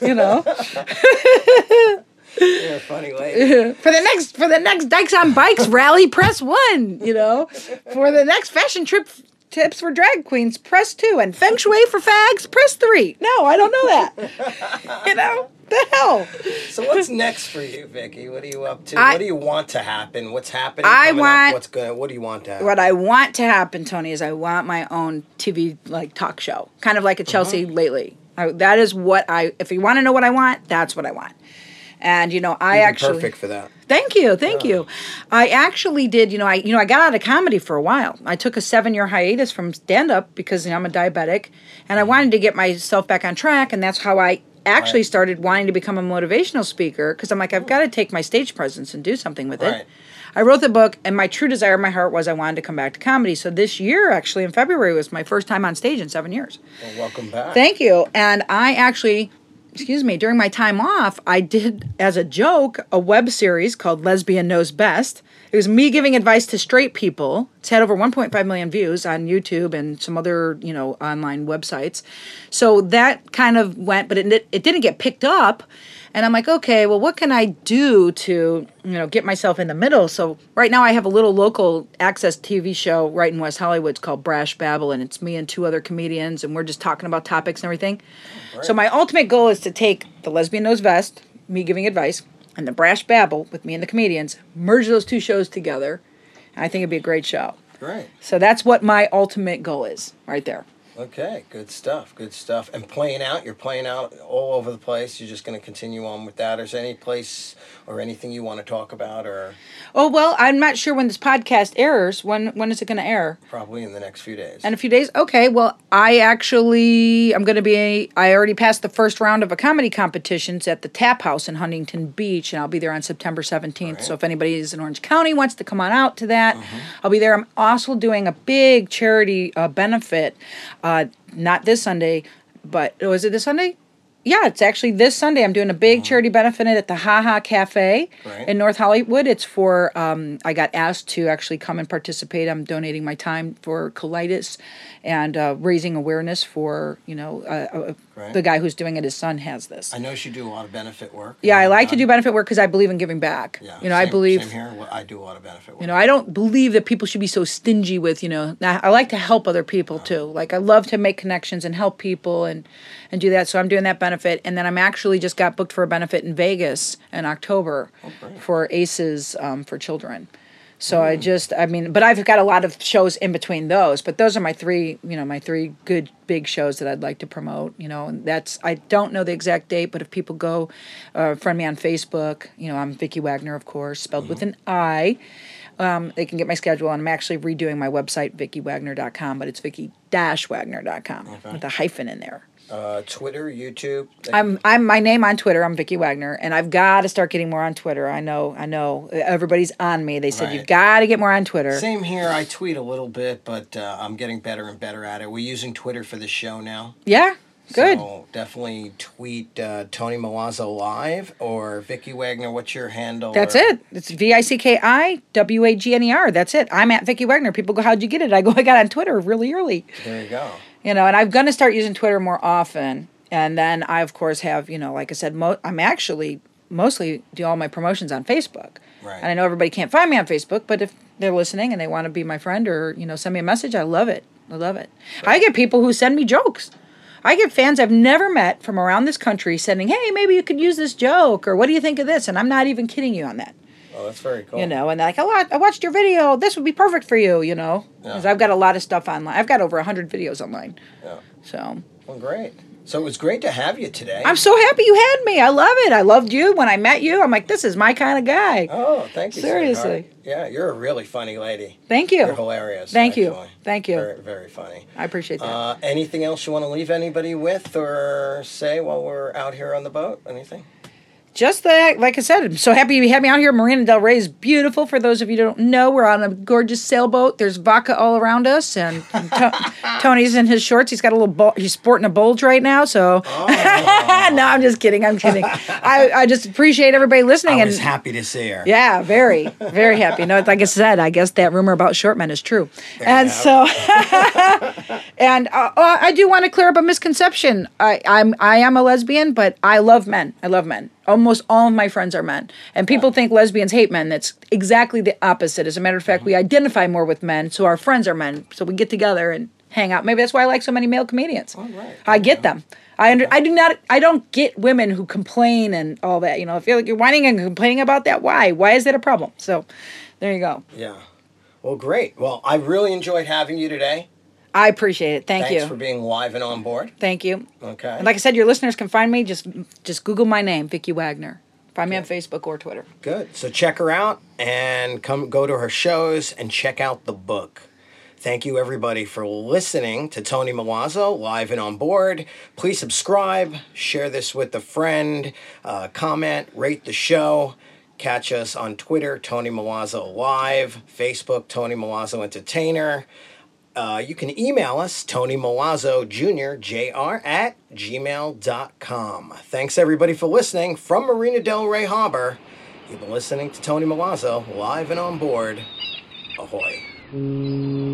[SPEAKER 2] you? You know,
[SPEAKER 1] You're a funny lady.
[SPEAKER 2] for the next for the next Dykes on Bikes rally, press one. You know, for the next fashion trip. Tips for drag queens, press two, and feng shui for fags, press three. No, I don't know that. you know, the hell.
[SPEAKER 1] so what's next for you, Vicky? What are you up to?
[SPEAKER 2] I-
[SPEAKER 1] what do you want to happen? What's happening?
[SPEAKER 2] I
[SPEAKER 1] coming up?
[SPEAKER 2] want-
[SPEAKER 1] What's going? What do you want to happen?
[SPEAKER 2] What I want to happen, Tony, is I want my own TV like talk show, kind of like a Chelsea
[SPEAKER 1] Uh-huh.
[SPEAKER 2] lately. I, that is what I. If you want to know what I want, that's what I want. And you know, I
[SPEAKER 1] You're
[SPEAKER 2] actually
[SPEAKER 1] perfect for that.
[SPEAKER 2] Thank you, thank you. I actually did, you know, I you know I got out of comedy for a while. I took a seven year hiatus from stand up because you know, I'm a diabetic, and I wanted to get myself back on track, and that's how I actually
[SPEAKER 1] Mm-hmm. Right.
[SPEAKER 2] started wanting to become a motivational speaker because I'm like I've got to take my stage presence and do something with
[SPEAKER 1] Right.
[SPEAKER 2] it. I wrote the book, and my true desire in my heart was I wanted to come back to comedy. So this year, actually in February, was my first time on stage in seven years.
[SPEAKER 1] Well, welcome back.
[SPEAKER 2] Thank you. And I actually, excuse me, during my time off, I did as a joke a web series called Lesbian Knows Best. It was me giving advice to straight people. It's had over 1.5 million views on YouTube and some other, you know, online websites. So that kind of went, but it, it didn't get picked up. And I'm like, okay, well, what can I do to, you know, get myself in the middle? So right now I have a little local access TV show right in West Hollywood. It's called Brash Babble, and it's me and two other comedians, and we're just talking about topics and everything. So my ultimate goal is to take the lesbian nose vest, me giving advice, and the Brash Babble with me and the comedians, merge those two shows together, and I think it'd be a great show.
[SPEAKER 1] Great.
[SPEAKER 2] So that's what my ultimate goal is, right there.
[SPEAKER 1] Okay, good stuff. Good stuff. And playing out, you're playing out all over the place. You're just going to continue on with that. Is there any place or anything you want to talk about, or
[SPEAKER 2] Oh well, I'm not sure when this podcast airs. When when is it going to air?
[SPEAKER 1] probably in the next few days?
[SPEAKER 2] in a few days okay well i actually i'm going to be i already passed the first round of a comedy competitions at the tap house in huntington beach and i'll be there on september 17th so if anybody is in orange county wants to come on out to that i'll be there i'm also doing a big charity uh, benefit uh, not this sunday but oh, is it this sunday yeah, it's actually this Sunday. I'm doing a big charity benefit at the Ha Ha Cafe
[SPEAKER 1] Right.
[SPEAKER 2] in North Hollywood. It's for um, I got asked to actually come and participate. I'm donating my time for colitis and uh, raising awareness for you know uh, uh,
[SPEAKER 1] Right.
[SPEAKER 2] the guy who's doing it. His son has this.
[SPEAKER 1] I know she do a lot of benefit work.
[SPEAKER 2] yeah, I
[SPEAKER 1] and
[SPEAKER 2] like to do benefit work because I believe in giving back.
[SPEAKER 1] Yeah,
[SPEAKER 2] you know, I
[SPEAKER 1] same-
[SPEAKER 2] believe
[SPEAKER 1] Same here. Well, I do a lot of benefit work.
[SPEAKER 2] you know, I don't believe that people should be so stingy with, you know, I I like to help other people too. Like I love to make connections and help people and and do that. So I'm doing that benefit and then I'm actually just got booked for a benefit in Vegas in October for ACEs um, for children. So I just I mean, but I've got a lot of shows in between those, but those are my three, you know, my three good big shows that I'd like to promote, you know, and that's I don't know the exact date, but if people go uh, friend me on Facebook, you know, I'm Vicky Wagner of course, spelled with an I. Um, they can get my schedule, and I'm actually redoing my website, VickyWagner.com, but it's Vicky-Wagner.com with a hyphen in there.
[SPEAKER 1] uh, Twitter, YouTube.
[SPEAKER 2] I'm I'm my name on Twitter. I'm Vicky Wagner, and I've got to start getting more on Twitter. I know, I know. Everybody's on me. They said
[SPEAKER 1] Right.
[SPEAKER 2] you've got to get more on Twitter.
[SPEAKER 1] Same here. I tweet a little bit, but uh, I'm getting better and better at it. We're using Twitter for the show now.
[SPEAKER 2] Yeah, good.
[SPEAKER 1] So definitely tweet uh, Tony Milazzo live or Vicky Wagner. What's your handle?
[SPEAKER 2] That's
[SPEAKER 1] or-
[SPEAKER 2] it. It's V I C K I W A G N E R. That's it. I'm at Vicky Wagner. People go, how'd you get it? I go, I got on Twitter really early.
[SPEAKER 1] There you go.
[SPEAKER 2] you know and i'm going to start using twitter more often and then i of course have you know like i said mo- i'm actually mostly do all my promotions on facebook
[SPEAKER 1] Right.
[SPEAKER 2] and i know everybody can't find me on facebook but if they're listening and they want to be my friend or you know send me a message i love it i love it i get people who send me jokes i get fans i've never met from around this country sending hey maybe you could use this joke or what do you think of this and i'm not even kidding you on that
[SPEAKER 1] Oh, that's very cool.
[SPEAKER 2] you know, and they're like, I, wa- I watched your video. This would be perfect for you, you know, because
[SPEAKER 1] Yeah.
[SPEAKER 2] I've got a lot of stuff online. I've got over 100 videos online.
[SPEAKER 1] Yeah.
[SPEAKER 2] So
[SPEAKER 1] Well, great. So it was great to have you today.
[SPEAKER 2] I'm so happy you had me. I love it. I loved you when I met you. I'm like, this is my kind of guy.
[SPEAKER 1] oh, thank you. sweetheart.
[SPEAKER 2] Seriously.
[SPEAKER 1] Yeah, you're a really funny lady.
[SPEAKER 2] Thank
[SPEAKER 1] You're
[SPEAKER 2] you.
[SPEAKER 1] hilarious.
[SPEAKER 2] Thank you.
[SPEAKER 1] actually.
[SPEAKER 2] Thank you.
[SPEAKER 1] Very, very funny.
[SPEAKER 2] I appreciate that.
[SPEAKER 1] Uh, anything else you want to leave anybody with or say while we're out here on the boat? Anything?
[SPEAKER 2] Just that, like I said, I'm so happy you had me out here. Marina Del Rey is beautiful. For those of you who don't know, we're on a gorgeous sailboat. There's vodka all around us, and To- Tony's in his shorts. He's got a little, bul- he's sporting a bulge right now. So,
[SPEAKER 1] Oh.
[SPEAKER 2] no, I'm just kidding. I'm kidding. I, I just appreciate everybody listening.
[SPEAKER 1] I
[SPEAKER 2] and
[SPEAKER 1] was happy to see her.
[SPEAKER 2] Yeah, very, very happy. No, like I said, I guess that rumor about short men is true. and
[SPEAKER 1] you
[SPEAKER 2] so, and uh, oh, I do want to clear up a misconception. I, I'm I am a lesbian, but I love men. I love men. Almost all of my friends are men, and people think lesbians hate men. That's exactly the opposite. As a matter of fact, we identify more with men, so our friends are men. So we get together and hang out. Maybe that's why I like so many male comedians.
[SPEAKER 1] right.
[SPEAKER 2] I get them. I under, I do not I don't get women who complain and all that. You know, I feel like you're whining and complaining about that. Why? Why is that a problem? So, there you go.
[SPEAKER 1] Yeah. Well, great. Well, I really enjoyed having you today.
[SPEAKER 2] I appreciate it. Thank
[SPEAKER 1] Thanks
[SPEAKER 2] you.
[SPEAKER 1] for being live and on board.
[SPEAKER 2] Thank you.
[SPEAKER 1] Okay.
[SPEAKER 2] And like I said, your listeners can find me. Just just Google my name, Vicky Wagner. Find me on Facebook or Twitter.
[SPEAKER 1] Good. So check her out and come go to her shows and check out the book. Thank you everybody for listening to Tony Milazzo live and on board. Please subscribe, share this with a friend, uh, comment, rate the show. Catch us on Twitter, Tony Milazzo Live, Facebook, Tony Milazzo Entertainer. Uh, you can email us, Tony Milazzo Jr., Jr. at gmail.com. Thanks everybody for listening from Marina Del Rey Harbor. You've been listening to Tony Milazzo live and on board. Ahoy.